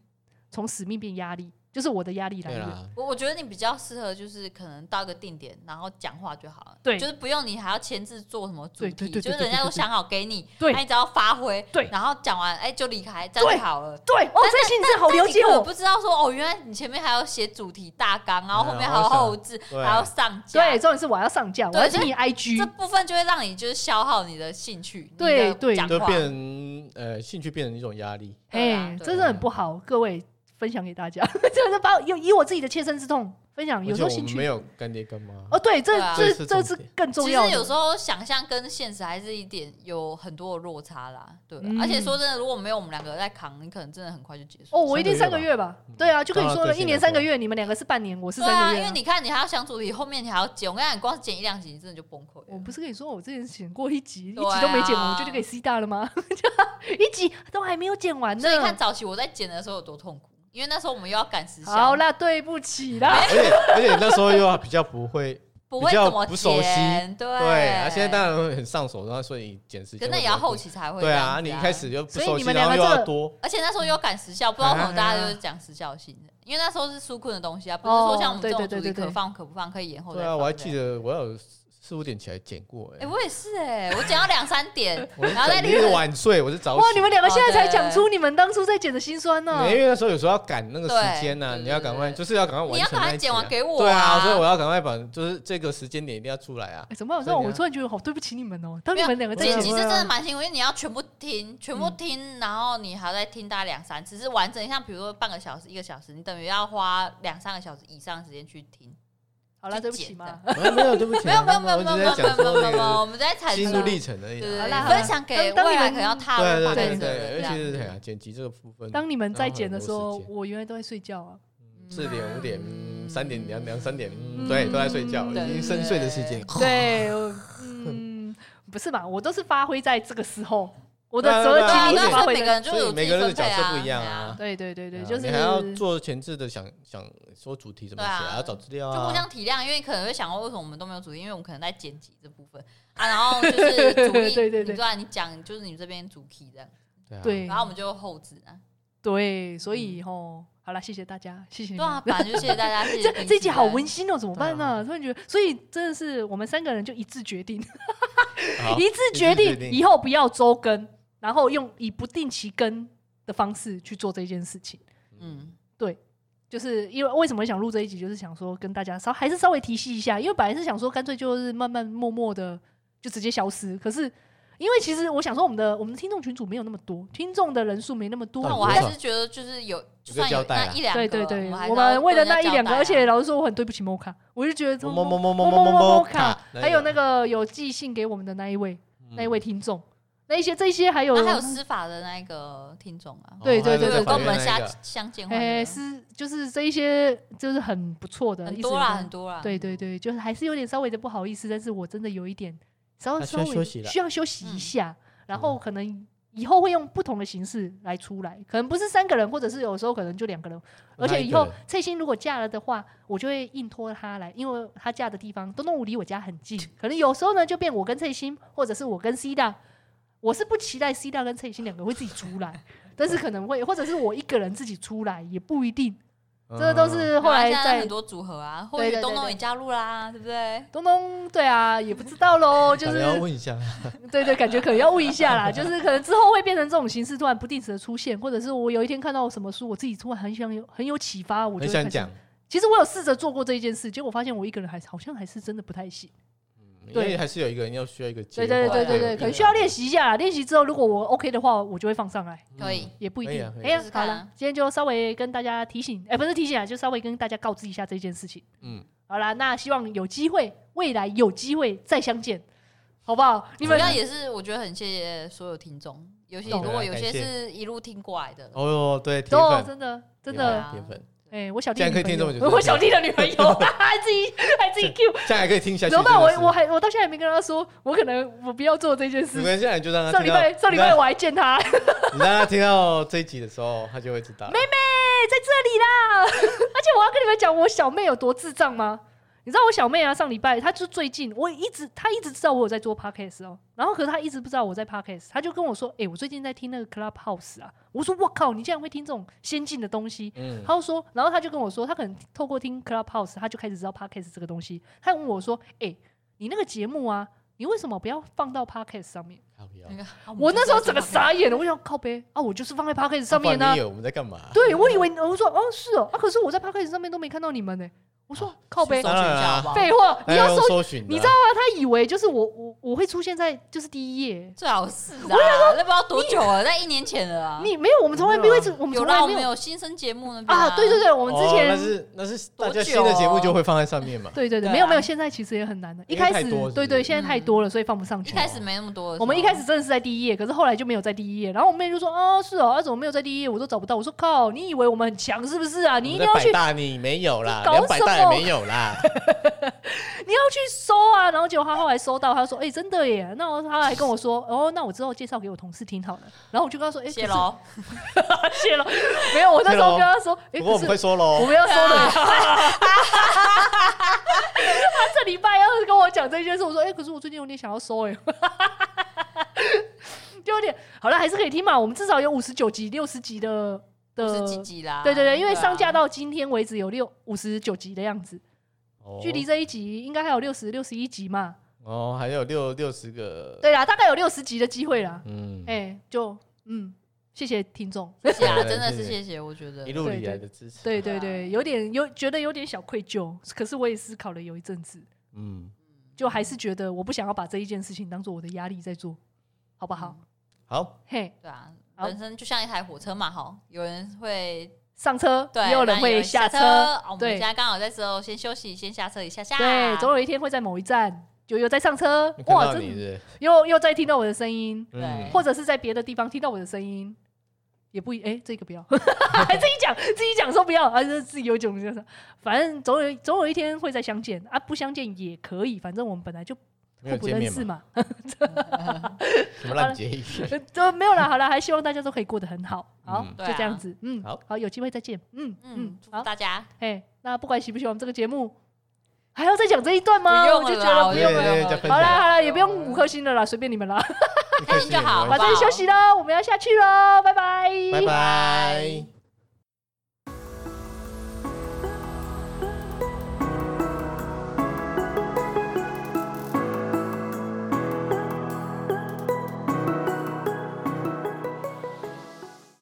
[SPEAKER 2] 从使命变压力，就是我的压力来
[SPEAKER 1] 对
[SPEAKER 2] 源。
[SPEAKER 1] 啦，
[SPEAKER 3] 我我觉得你比较适合就是可能到一个定点，然后讲话就好了，
[SPEAKER 2] 对
[SPEAKER 3] 就是不用你还要前置做什么主
[SPEAKER 2] 对对
[SPEAKER 3] 题，
[SPEAKER 2] 对对
[SPEAKER 3] 就是人家都想好给你，
[SPEAKER 2] 对
[SPEAKER 3] 那你只要发挥，
[SPEAKER 2] 对
[SPEAKER 3] 然后讲完哎就离开，这样就好了。
[SPEAKER 2] 对，哦，最近你真的好了解
[SPEAKER 3] 但你可能
[SPEAKER 2] 我。
[SPEAKER 3] 不知道说哦，原来你前面还要写主题大纲，然后
[SPEAKER 1] 对啊
[SPEAKER 3] 后面还有后置，
[SPEAKER 1] 对
[SPEAKER 3] 还要上架，
[SPEAKER 2] 对，重点是我要上架，我
[SPEAKER 3] 对
[SPEAKER 2] 要经
[SPEAKER 3] 所以
[SPEAKER 2] 营
[SPEAKER 3] 这
[SPEAKER 2] IG，
[SPEAKER 3] 部分就会让你就是消耗你的兴趣，
[SPEAKER 2] 对
[SPEAKER 3] 你的
[SPEAKER 2] 对
[SPEAKER 3] 讲
[SPEAKER 1] 就
[SPEAKER 3] 话啊
[SPEAKER 1] 变成呃兴趣变成一种压力。
[SPEAKER 3] 对啊
[SPEAKER 2] 哎，
[SPEAKER 3] 对
[SPEAKER 2] 真的很不好，各位分享给大家， 就是把我以以我自己的切身之痛分
[SPEAKER 3] 哦
[SPEAKER 2] 享，有时候
[SPEAKER 1] 而且我
[SPEAKER 2] 兴
[SPEAKER 1] 们
[SPEAKER 2] 趣
[SPEAKER 1] 没有干爹干妈，
[SPEAKER 2] 哦，对，这
[SPEAKER 3] 对啊
[SPEAKER 2] 这
[SPEAKER 1] 这
[SPEAKER 2] 这
[SPEAKER 1] 是
[SPEAKER 2] 是
[SPEAKER 1] 重点
[SPEAKER 2] 更重
[SPEAKER 3] 其
[SPEAKER 2] 要的。
[SPEAKER 3] 实有时候想象跟现实还是一点有很多的落差啦，对啦啊
[SPEAKER 2] 嗯
[SPEAKER 3] 而且说真的，如果没有我们两个在扛，你可能真的很快就结束。
[SPEAKER 2] 哦，我一定
[SPEAKER 1] 三
[SPEAKER 2] 三个
[SPEAKER 1] 个
[SPEAKER 2] 月
[SPEAKER 1] 月
[SPEAKER 2] 吧
[SPEAKER 1] 嗯？
[SPEAKER 2] 对啊，就跟你
[SPEAKER 1] 当然
[SPEAKER 2] 说了，
[SPEAKER 1] 对
[SPEAKER 2] 一年
[SPEAKER 1] 现在
[SPEAKER 2] 三个月，你们两个是半年，我是
[SPEAKER 3] 对
[SPEAKER 2] 三
[SPEAKER 3] 啊，
[SPEAKER 2] 个
[SPEAKER 3] 因
[SPEAKER 2] 月
[SPEAKER 3] 为
[SPEAKER 2] 啊。
[SPEAKER 3] 你看你还要想主题，后面你还要剪，我跟你讲，你光是剪一两集，你真的就崩溃
[SPEAKER 2] 我
[SPEAKER 3] 了。
[SPEAKER 2] 不是跟你说我之前剪过一集，一
[SPEAKER 3] 对啊
[SPEAKER 2] 集都没剪完，我就就给 C 大了吗？ 一集都还没有剪完
[SPEAKER 3] 所以你看
[SPEAKER 2] 呢。
[SPEAKER 3] 早期我在剪的时候有多痛苦，因为那时候我们又要赶时效，
[SPEAKER 2] 好啦，对不起啦。
[SPEAKER 1] 而且而且那时候又比较不 会，
[SPEAKER 3] 不会
[SPEAKER 1] 比较
[SPEAKER 3] 怎么
[SPEAKER 1] 不熟悉
[SPEAKER 3] 剪，对
[SPEAKER 1] 对，啊，现在当然会很上手，然后所以减时
[SPEAKER 3] 可
[SPEAKER 1] 间。
[SPEAKER 3] 能也要后。期才会。
[SPEAKER 1] 对啊，你一开，始就不
[SPEAKER 2] 所以
[SPEAKER 1] 熟
[SPEAKER 2] 你
[SPEAKER 1] 悉，
[SPEAKER 2] 们
[SPEAKER 1] 然后
[SPEAKER 2] 两
[SPEAKER 1] 又
[SPEAKER 2] 个这
[SPEAKER 1] 要
[SPEAKER 2] 个
[SPEAKER 1] 多，
[SPEAKER 3] 而且那时候有赶时效，不知道为什么 大家就是讲时效性的，因为那时候是纾困的东西啊，不是说像我们这
[SPEAKER 2] 哦
[SPEAKER 3] 种
[SPEAKER 2] 对对
[SPEAKER 3] 主
[SPEAKER 2] 对
[SPEAKER 3] 题
[SPEAKER 2] 对对
[SPEAKER 3] 可放可不放，可以延后再
[SPEAKER 1] 对
[SPEAKER 3] 放。
[SPEAKER 1] 啊，我还
[SPEAKER 3] 对不对
[SPEAKER 1] 记得我有四五点起来剪过，
[SPEAKER 3] 哎、
[SPEAKER 1] 哎，
[SPEAKER 3] 我也是哎、我讲到两三点
[SPEAKER 1] ，我是
[SPEAKER 3] 然后在
[SPEAKER 1] 早
[SPEAKER 3] 那
[SPEAKER 1] 你是
[SPEAKER 3] 边
[SPEAKER 1] 晚睡，我是早
[SPEAKER 2] 哇，你
[SPEAKER 1] 起。
[SPEAKER 2] 们两个现在才
[SPEAKER 3] 哦对
[SPEAKER 2] 讲出你们当初在剪的辛酸呢。
[SPEAKER 1] 因为那时候有时候要赶那个
[SPEAKER 3] 对
[SPEAKER 1] 时间呐，
[SPEAKER 3] 对
[SPEAKER 1] 你要赶快，
[SPEAKER 3] 对对
[SPEAKER 1] 就是要赶快
[SPEAKER 3] 你
[SPEAKER 1] 完
[SPEAKER 3] 要
[SPEAKER 1] 成
[SPEAKER 3] 赶
[SPEAKER 1] 那
[SPEAKER 3] 快
[SPEAKER 1] 一集
[SPEAKER 3] 剪
[SPEAKER 1] 啊
[SPEAKER 3] 完。给我
[SPEAKER 1] 对啊，所以我
[SPEAKER 3] 要
[SPEAKER 1] 要赶快把，就是这个时间点一定要出来啊
[SPEAKER 2] 哎，。怎么好
[SPEAKER 1] 所以
[SPEAKER 2] 让
[SPEAKER 1] 你
[SPEAKER 2] 我
[SPEAKER 1] 要
[SPEAKER 2] 突然觉得好对不起你们哦？当你们两个在
[SPEAKER 1] 没有
[SPEAKER 3] 剪辑
[SPEAKER 2] 讲
[SPEAKER 3] 是
[SPEAKER 2] 话
[SPEAKER 3] 真
[SPEAKER 2] 啊
[SPEAKER 3] 的蛮辛苦，因为你要全部听，全部
[SPEAKER 1] 嗯
[SPEAKER 3] 听，然后你还要再听大概两三次，是完整像比如说半个小时、一个小时，你等于要花两三个小时以上时间去听。
[SPEAKER 2] 好啦，
[SPEAKER 3] 去
[SPEAKER 2] 对不
[SPEAKER 3] 剪
[SPEAKER 2] 起嘛。
[SPEAKER 1] 没有没有， 对不起
[SPEAKER 3] 没有
[SPEAKER 1] 啊，
[SPEAKER 3] 没有没有
[SPEAKER 1] 我
[SPEAKER 3] 没
[SPEAKER 1] 只是
[SPEAKER 3] 有没
[SPEAKER 1] 在
[SPEAKER 3] 有
[SPEAKER 1] 讲
[SPEAKER 3] 没有
[SPEAKER 1] 说
[SPEAKER 3] 没有，
[SPEAKER 1] 那
[SPEAKER 3] 我们在
[SPEAKER 1] 个
[SPEAKER 3] 产
[SPEAKER 1] 心路历程而
[SPEAKER 3] 对
[SPEAKER 1] 已
[SPEAKER 3] 对
[SPEAKER 1] 啊。
[SPEAKER 2] 好啦好
[SPEAKER 3] 对，
[SPEAKER 2] 啦
[SPEAKER 3] 分享给
[SPEAKER 2] 当当
[SPEAKER 3] 未
[SPEAKER 2] 你们
[SPEAKER 3] 来可能要踏
[SPEAKER 1] 对
[SPEAKER 3] 入
[SPEAKER 1] 对
[SPEAKER 3] 发
[SPEAKER 1] 对
[SPEAKER 3] 展者
[SPEAKER 1] 对，
[SPEAKER 3] 的这
[SPEAKER 1] 尤
[SPEAKER 3] 样
[SPEAKER 1] 其是
[SPEAKER 3] 子
[SPEAKER 1] 哎呀剪辑这个部分，
[SPEAKER 2] 当你们在剪的时
[SPEAKER 1] 然后
[SPEAKER 2] 候
[SPEAKER 1] 很多时，间
[SPEAKER 2] 我原来都在睡觉 啊。
[SPEAKER 1] 四点五点嗯三点两两三点，嗯
[SPEAKER 2] 嗯
[SPEAKER 1] 对，都在睡觉，已
[SPEAKER 3] 对
[SPEAKER 1] 经深睡的时间。
[SPEAKER 2] 对，我嗯， 不是嘛？我都是发挥在这个时候，我的
[SPEAKER 1] 对啊
[SPEAKER 2] 责
[SPEAKER 1] 对
[SPEAKER 2] 任
[SPEAKER 1] 啊
[SPEAKER 2] 精力
[SPEAKER 1] 对啊
[SPEAKER 2] 是发
[SPEAKER 3] 所
[SPEAKER 2] 挥
[SPEAKER 3] 以每个
[SPEAKER 2] 在。
[SPEAKER 3] 人就
[SPEAKER 1] 所
[SPEAKER 3] 有
[SPEAKER 1] 以
[SPEAKER 3] 自
[SPEAKER 1] 每
[SPEAKER 3] 己
[SPEAKER 1] 个人
[SPEAKER 3] 分
[SPEAKER 1] 的角
[SPEAKER 3] 配
[SPEAKER 1] 色
[SPEAKER 3] 啊，
[SPEAKER 1] 不一样
[SPEAKER 3] 啊
[SPEAKER 1] 啊，。
[SPEAKER 2] 对对对对，
[SPEAKER 1] 啊
[SPEAKER 2] 就
[SPEAKER 1] 你还要
[SPEAKER 2] 是
[SPEAKER 1] 做前置的想想说主题怎么写，
[SPEAKER 3] 对啊
[SPEAKER 1] 还要找资料
[SPEAKER 3] 就
[SPEAKER 1] 啊，
[SPEAKER 3] 互相体谅，因为可能会想过为什么我们都没有主题，因为我们可能在剪辑这部分 啊，然后就是主力，
[SPEAKER 2] 对对对
[SPEAKER 3] 你知道你讲就是你这边主题这样，
[SPEAKER 1] 对啊
[SPEAKER 2] 对
[SPEAKER 3] 然后我们就后置啊，
[SPEAKER 2] 对，所
[SPEAKER 1] 嗯
[SPEAKER 2] 以吼，好啦，谢谢大家，谢谢你
[SPEAKER 3] 对
[SPEAKER 2] 们。
[SPEAKER 3] 啊，反正就谢谢大家， 谢谢
[SPEAKER 2] 这这一集好温
[SPEAKER 3] 馨，
[SPEAKER 2] 馨哦，怎么办
[SPEAKER 1] 啊
[SPEAKER 2] 呢、突然觉得，所以真的是我们三个人就一致决定，
[SPEAKER 1] 好
[SPEAKER 2] 一致决
[SPEAKER 1] 一致决
[SPEAKER 2] 定
[SPEAKER 1] 定
[SPEAKER 2] 以后不要周更，然后用以不定期更的方式去做这件事情。
[SPEAKER 3] 嗯，
[SPEAKER 2] 就是因为为什么想录这一集，就是想说跟大家稍还是稍微提示一下，因为本来是想说干脆就是慢慢默默的就直接消失，可是因为其实我想说我们的我们的听众群组没有那么多，听众的人数没那么多，
[SPEAKER 1] 到
[SPEAKER 3] 那
[SPEAKER 1] 底
[SPEAKER 3] 我
[SPEAKER 1] 多
[SPEAKER 3] 还
[SPEAKER 1] 少
[SPEAKER 3] 是觉得就是有，
[SPEAKER 1] 有个
[SPEAKER 3] 就算有
[SPEAKER 1] 交代
[SPEAKER 3] 那
[SPEAKER 1] 啦
[SPEAKER 3] 一两个，
[SPEAKER 2] 对对对，
[SPEAKER 3] 我还
[SPEAKER 2] 我
[SPEAKER 3] 是要
[SPEAKER 2] 们为了
[SPEAKER 3] 跟人
[SPEAKER 2] 那一
[SPEAKER 3] 家
[SPEAKER 2] 两个，
[SPEAKER 3] 交代啊
[SPEAKER 2] 而且老实说我很对不起 Moka，我就觉得
[SPEAKER 1] 某某某某某
[SPEAKER 2] 某
[SPEAKER 1] 某
[SPEAKER 2] 某
[SPEAKER 1] 某
[SPEAKER 2] 某
[SPEAKER 1] 卡
[SPEAKER 2] 卡，，还有那个有寄信给我们的那一位那一位听众，那一些这些还有
[SPEAKER 3] 嗯那还有司法的那个听众
[SPEAKER 1] 嗯
[SPEAKER 3] 啊，
[SPEAKER 2] 对
[SPEAKER 1] 哦
[SPEAKER 2] 对对
[SPEAKER 3] 对，跟我们
[SPEAKER 1] 下
[SPEAKER 3] 相相见欢
[SPEAKER 2] 哎
[SPEAKER 3] 的，
[SPEAKER 2] 是就是这一些就是很不错的，
[SPEAKER 3] 很
[SPEAKER 2] 一直有
[SPEAKER 3] 多啦，
[SPEAKER 2] 在
[SPEAKER 3] 很多啦，
[SPEAKER 2] 对对对，就是还是有点稍微的不好意思，但是我真的有一点稍微
[SPEAKER 1] 还需
[SPEAKER 2] 稍
[SPEAKER 1] 要
[SPEAKER 2] 微
[SPEAKER 1] 休息啦
[SPEAKER 2] 需要休息一
[SPEAKER 3] 嗯
[SPEAKER 2] 下，然后可能以后会用不同的形式来出来，可能不是三个人，或者是有时候可能就两个人，而且以后翠欣如果嫁了的话，我就会硬拖她来，因为她嫁的地方东东五离我家很 近，可能有时候呢就变我跟翠欣，或者是我跟 C 大。我是不期待 C 大跟翠欣两个会自己出来， 但是可能会，或者是我一个人自己出来也不一定，
[SPEAKER 1] 嗯
[SPEAKER 2] 这都是后来
[SPEAKER 3] 现在
[SPEAKER 2] 在
[SPEAKER 3] 很多组合啊，或
[SPEAKER 2] 对
[SPEAKER 3] 许
[SPEAKER 2] 对对
[SPEAKER 3] 东东
[SPEAKER 2] 对
[SPEAKER 3] 也加入啦，对不对？
[SPEAKER 2] 东东，对啊，也不知道喽， 就
[SPEAKER 1] 要
[SPEAKER 2] 是
[SPEAKER 1] 问一下，
[SPEAKER 2] 对对，感觉可能要问一下 啦，就是可能之后会变成这种形式，突然不定时的出现，或者是我有一天看到什么书，我自己突然很想有很有启发，我就
[SPEAKER 1] 很
[SPEAKER 2] 会
[SPEAKER 1] 想
[SPEAKER 2] 开始
[SPEAKER 1] 讲。，
[SPEAKER 2] 其实我有试着做过这一件事，结果发现我一个人还是好像还是真的不太行。
[SPEAKER 1] 嗯因为还是有一个人要需要一个接
[SPEAKER 2] 对对
[SPEAKER 1] 话
[SPEAKER 2] 对对
[SPEAKER 1] 有一
[SPEAKER 2] 对，
[SPEAKER 1] 个
[SPEAKER 2] 可能需要练习一下啦，练习之后如果我 OK 的话，我就会放上来，
[SPEAKER 1] 嗯
[SPEAKER 3] 可以
[SPEAKER 2] 也不一
[SPEAKER 1] 可以
[SPEAKER 2] 定
[SPEAKER 1] 啊可。以
[SPEAKER 2] 哎呀
[SPEAKER 3] 试试，
[SPEAKER 2] 好
[SPEAKER 3] 看啊
[SPEAKER 2] 了，今天就稍微跟大家提醒，哎，不是提醒啊，就稍微跟大家告知一下这件事情。
[SPEAKER 1] 嗯，
[SPEAKER 2] 好啦，那希望有机会，未来有机会再相见，好不好？你
[SPEAKER 3] 主
[SPEAKER 2] 们
[SPEAKER 3] 要也是我觉得很谢谢所有听众，有些
[SPEAKER 2] 懂
[SPEAKER 3] 如果有
[SPEAKER 1] 感
[SPEAKER 3] 些
[SPEAKER 1] 谢
[SPEAKER 3] 是一路听过来的，
[SPEAKER 1] 哦哟，对，铁
[SPEAKER 2] 哦，
[SPEAKER 1] 粉
[SPEAKER 2] 真的真
[SPEAKER 1] 对
[SPEAKER 2] 的，
[SPEAKER 1] 啊铁粉，
[SPEAKER 2] 哎、我小弟
[SPEAKER 1] 这样
[SPEAKER 2] 的
[SPEAKER 1] 可以听
[SPEAKER 2] 女 朋
[SPEAKER 1] 这么
[SPEAKER 2] 友
[SPEAKER 1] 久
[SPEAKER 2] 我小弟的女 朋友，还自己还自己 Q，
[SPEAKER 1] 这样还可以听下去。
[SPEAKER 2] 怎么办？
[SPEAKER 1] 真的是
[SPEAKER 2] 我我还我到现在还没跟他说，我可能我不要做这件
[SPEAKER 1] 没
[SPEAKER 2] 事。
[SPEAKER 1] 关系啊，你就让他
[SPEAKER 2] 上礼
[SPEAKER 1] 听到
[SPEAKER 2] 拜上礼拜我还见他，哎、
[SPEAKER 1] 你让他听到这一集的时候，他就会知道。妹妹，
[SPEAKER 2] 在这里啦！ 而且我要跟你们讲，我小妹有多智障吗？你知道我小妹啊，上礼拜她就最近，我一直她一直知道我有在做 podcast 哦，然后可是她一直不知道我在 podcast，她就跟我说：“哎、我最近在听那个 Clubhouse 啊。”我说：“我靠，你竟然会听这种先进的东西！”
[SPEAKER 1] 嗯，
[SPEAKER 2] 他就说，然后他就跟我说，他可能透过听 Clubhouse，他就开始知道 Podcast 这个东西。他问我说：“哎、你那个节目啊，你为什么不要放到 Podcast 上面
[SPEAKER 1] 好不要
[SPEAKER 3] 那个啊？”
[SPEAKER 2] 我那时候整个
[SPEAKER 3] 傻，
[SPEAKER 2] 傻眼了，我想靠背啊，我就是放在 Podcast 上面呢、
[SPEAKER 1] 啊不然你以为我们在干嘛？
[SPEAKER 2] 对，我以为我说哦是哦，啊可是我在 Podcast 上面都没看到你们呢、我说靠背
[SPEAKER 3] 去搜，寻
[SPEAKER 1] 啊
[SPEAKER 3] 一下好不好
[SPEAKER 2] 废话，你
[SPEAKER 1] 大家
[SPEAKER 2] 要
[SPEAKER 1] 用，
[SPEAKER 2] 搜
[SPEAKER 1] 搜寻的啊，
[SPEAKER 2] 你知道啊？他以为就是我我我会出现在就是第一页。
[SPEAKER 3] 最好是啊，那不知道多久了，在一年前了啊。
[SPEAKER 2] 你没有，我们从来没有一直，我们
[SPEAKER 3] 有
[SPEAKER 2] 从
[SPEAKER 3] 啦，
[SPEAKER 2] 来
[SPEAKER 3] 我
[SPEAKER 2] 没
[SPEAKER 3] 们
[SPEAKER 2] 有
[SPEAKER 3] 有新生节目那边
[SPEAKER 2] 啊！对对，对，我
[SPEAKER 1] 我
[SPEAKER 2] 们之
[SPEAKER 1] 哦
[SPEAKER 2] 前
[SPEAKER 1] 那
[SPEAKER 2] 啊
[SPEAKER 1] 是那是大家新的节目就会放在上面嘛。
[SPEAKER 2] 对对
[SPEAKER 3] 对
[SPEAKER 2] 对，
[SPEAKER 3] 啊
[SPEAKER 2] 没有没有，现在其实也很难的。一
[SPEAKER 1] 因为
[SPEAKER 2] 开
[SPEAKER 1] 太
[SPEAKER 2] 始
[SPEAKER 1] 多是不是
[SPEAKER 2] 对对，现在太多了，所以放不上
[SPEAKER 3] 一
[SPEAKER 2] 去。
[SPEAKER 3] 开始没那么多的时候，
[SPEAKER 2] 我们一开始真的是在第一页，可是后来就没有在第一页。然后我妹就说：“啊，是哦，啊怎么没有在第一页？我都找不到。”我说：“靠，你以为我们很强是不是啊？你一定要
[SPEAKER 1] 我们在
[SPEAKER 2] 去
[SPEAKER 1] 百，大你没有啦，
[SPEAKER 2] 搞
[SPEAKER 1] 两百大也
[SPEAKER 2] 什么
[SPEAKER 1] 没有 啦。
[SPEAKER 2] 你要去搜啊！”然后结果她后来搜到，她说：“哎、真的耶！”那她还跟我说：“哦，那我之后介绍给我同事听好了。”然后我就跟她说：“哎、
[SPEAKER 3] 谢喽，
[SPEAKER 2] 可是，谢喽，没有。”我那时候跟她说：“哎、
[SPEAKER 1] 不过我
[SPEAKER 2] 可
[SPEAKER 1] 们会
[SPEAKER 2] 是
[SPEAKER 1] 说
[SPEAKER 2] 我
[SPEAKER 1] 喽，
[SPEAKER 2] 们要收的。”她这礼拜要是跟我讲这件事，我说：“哎、可是我最近有点想要收哎、 就有点好了，还是可以听嘛。我们至少有五十九集、六十集的
[SPEAKER 3] 不
[SPEAKER 2] 的
[SPEAKER 3] 是积极啦，
[SPEAKER 2] 对对对，因为
[SPEAKER 3] 啊
[SPEAKER 2] 上架到今天为止有六五十九集的样子，
[SPEAKER 1] 哦
[SPEAKER 2] 距离这一集应该还有六十六十一集嘛。
[SPEAKER 1] 哦，还有六六十个，
[SPEAKER 2] 对啦，大概有六十集的机会啦。
[SPEAKER 1] 嗯，
[SPEAKER 2] 哎、就嗯，谢谢听众。
[SPEAKER 3] 谢谢啊，
[SPEAKER 1] 对
[SPEAKER 3] 真的
[SPEAKER 1] 谢
[SPEAKER 3] 是
[SPEAKER 1] 谢
[SPEAKER 3] 谢谢，我觉得
[SPEAKER 1] 一路以来的支持，
[SPEAKER 2] 对对
[SPEAKER 3] 对啊
[SPEAKER 2] 对，有点有觉得有点小愧疚，可是我也思考了有一阵子，
[SPEAKER 1] 嗯，
[SPEAKER 2] 就还是觉得我不想要把这一件事情当做我的压力在做，好不好？
[SPEAKER 1] 好，
[SPEAKER 2] 嘿，
[SPEAKER 3] 对啊，
[SPEAKER 2] 好
[SPEAKER 3] 人生就像一台火车嘛，哈，有人会
[SPEAKER 2] 上车，
[SPEAKER 3] 对，
[SPEAKER 2] 也有人
[SPEAKER 3] 那
[SPEAKER 2] 会下
[SPEAKER 3] 下车。
[SPEAKER 2] 车，
[SPEAKER 3] 啊我们
[SPEAKER 2] 对
[SPEAKER 3] 现在刚好在时候先休息，先下车一下下。
[SPEAKER 2] 对，总有一天会在某一站就又在上车
[SPEAKER 1] 没，看
[SPEAKER 2] 哇，
[SPEAKER 1] 到
[SPEAKER 2] 这
[SPEAKER 1] 你是
[SPEAKER 2] 又又在听到我的声音，
[SPEAKER 1] 不是，嗯
[SPEAKER 3] 对
[SPEAKER 2] 或者是在别的地方听到我的声音，也不一哎、这个不要， 还自己讲自己讲说不要，啊，这自己有一种就是，反正总有总有一天会再相见啊，不相见也可以，反正我们本来就
[SPEAKER 1] 没
[SPEAKER 2] 互
[SPEAKER 1] 有
[SPEAKER 2] 不
[SPEAKER 1] 见
[SPEAKER 2] 认
[SPEAKER 1] 面
[SPEAKER 2] 识
[SPEAKER 1] 嘛，
[SPEAKER 2] 嘛，
[SPEAKER 1] 什么烂结语，
[SPEAKER 2] 呃就没有啦，好啦，还希望大家都可以过得很好，好，
[SPEAKER 1] 嗯
[SPEAKER 2] 就
[SPEAKER 3] 对啊
[SPEAKER 2] 这样子，嗯，
[SPEAKER 1] 好
[SPEAKER 2] 有机会再见，嗯
[SPEAKER 3] 嗯
[SPEAKER 2] 嗯，，
[SPEAKER 3] 祝福
[SPEAKER 2] 好，
[SPEAKER 3] 大家。
[SPEAKER 2] 哎，那不管喜不喜欢我们这个节目，还要再讲这一段
[SPEAKER 3] 不
[SPEAKER 2] 吗？
[SPEAKER 3] 用
[SPEAKER 2] 啊我就觉得
[SPEAKER 3] 了啦
[SPEAKER 2] 不用
[SPEAKER 1] 我觉得
[SPEAKER 2] 了。
[SPEAKER 1] 对对对
[SPEAKER 2] 好啦好啦，也不用
[SPEAKER 3] 不
[SPEAKER 2] 五
[SPEAKER 3] 用
[SPEAKER 2] 颗星的啦，随便你们啦。
[SPEAKER 1] 一开始也没
[SPEAKER 3] 就好
[SPEAKER 1] 关系
[SPEAKER 2] 反正休息喽，我们要下去喽，拜拜，
[SPEAKER 1] 拜拜。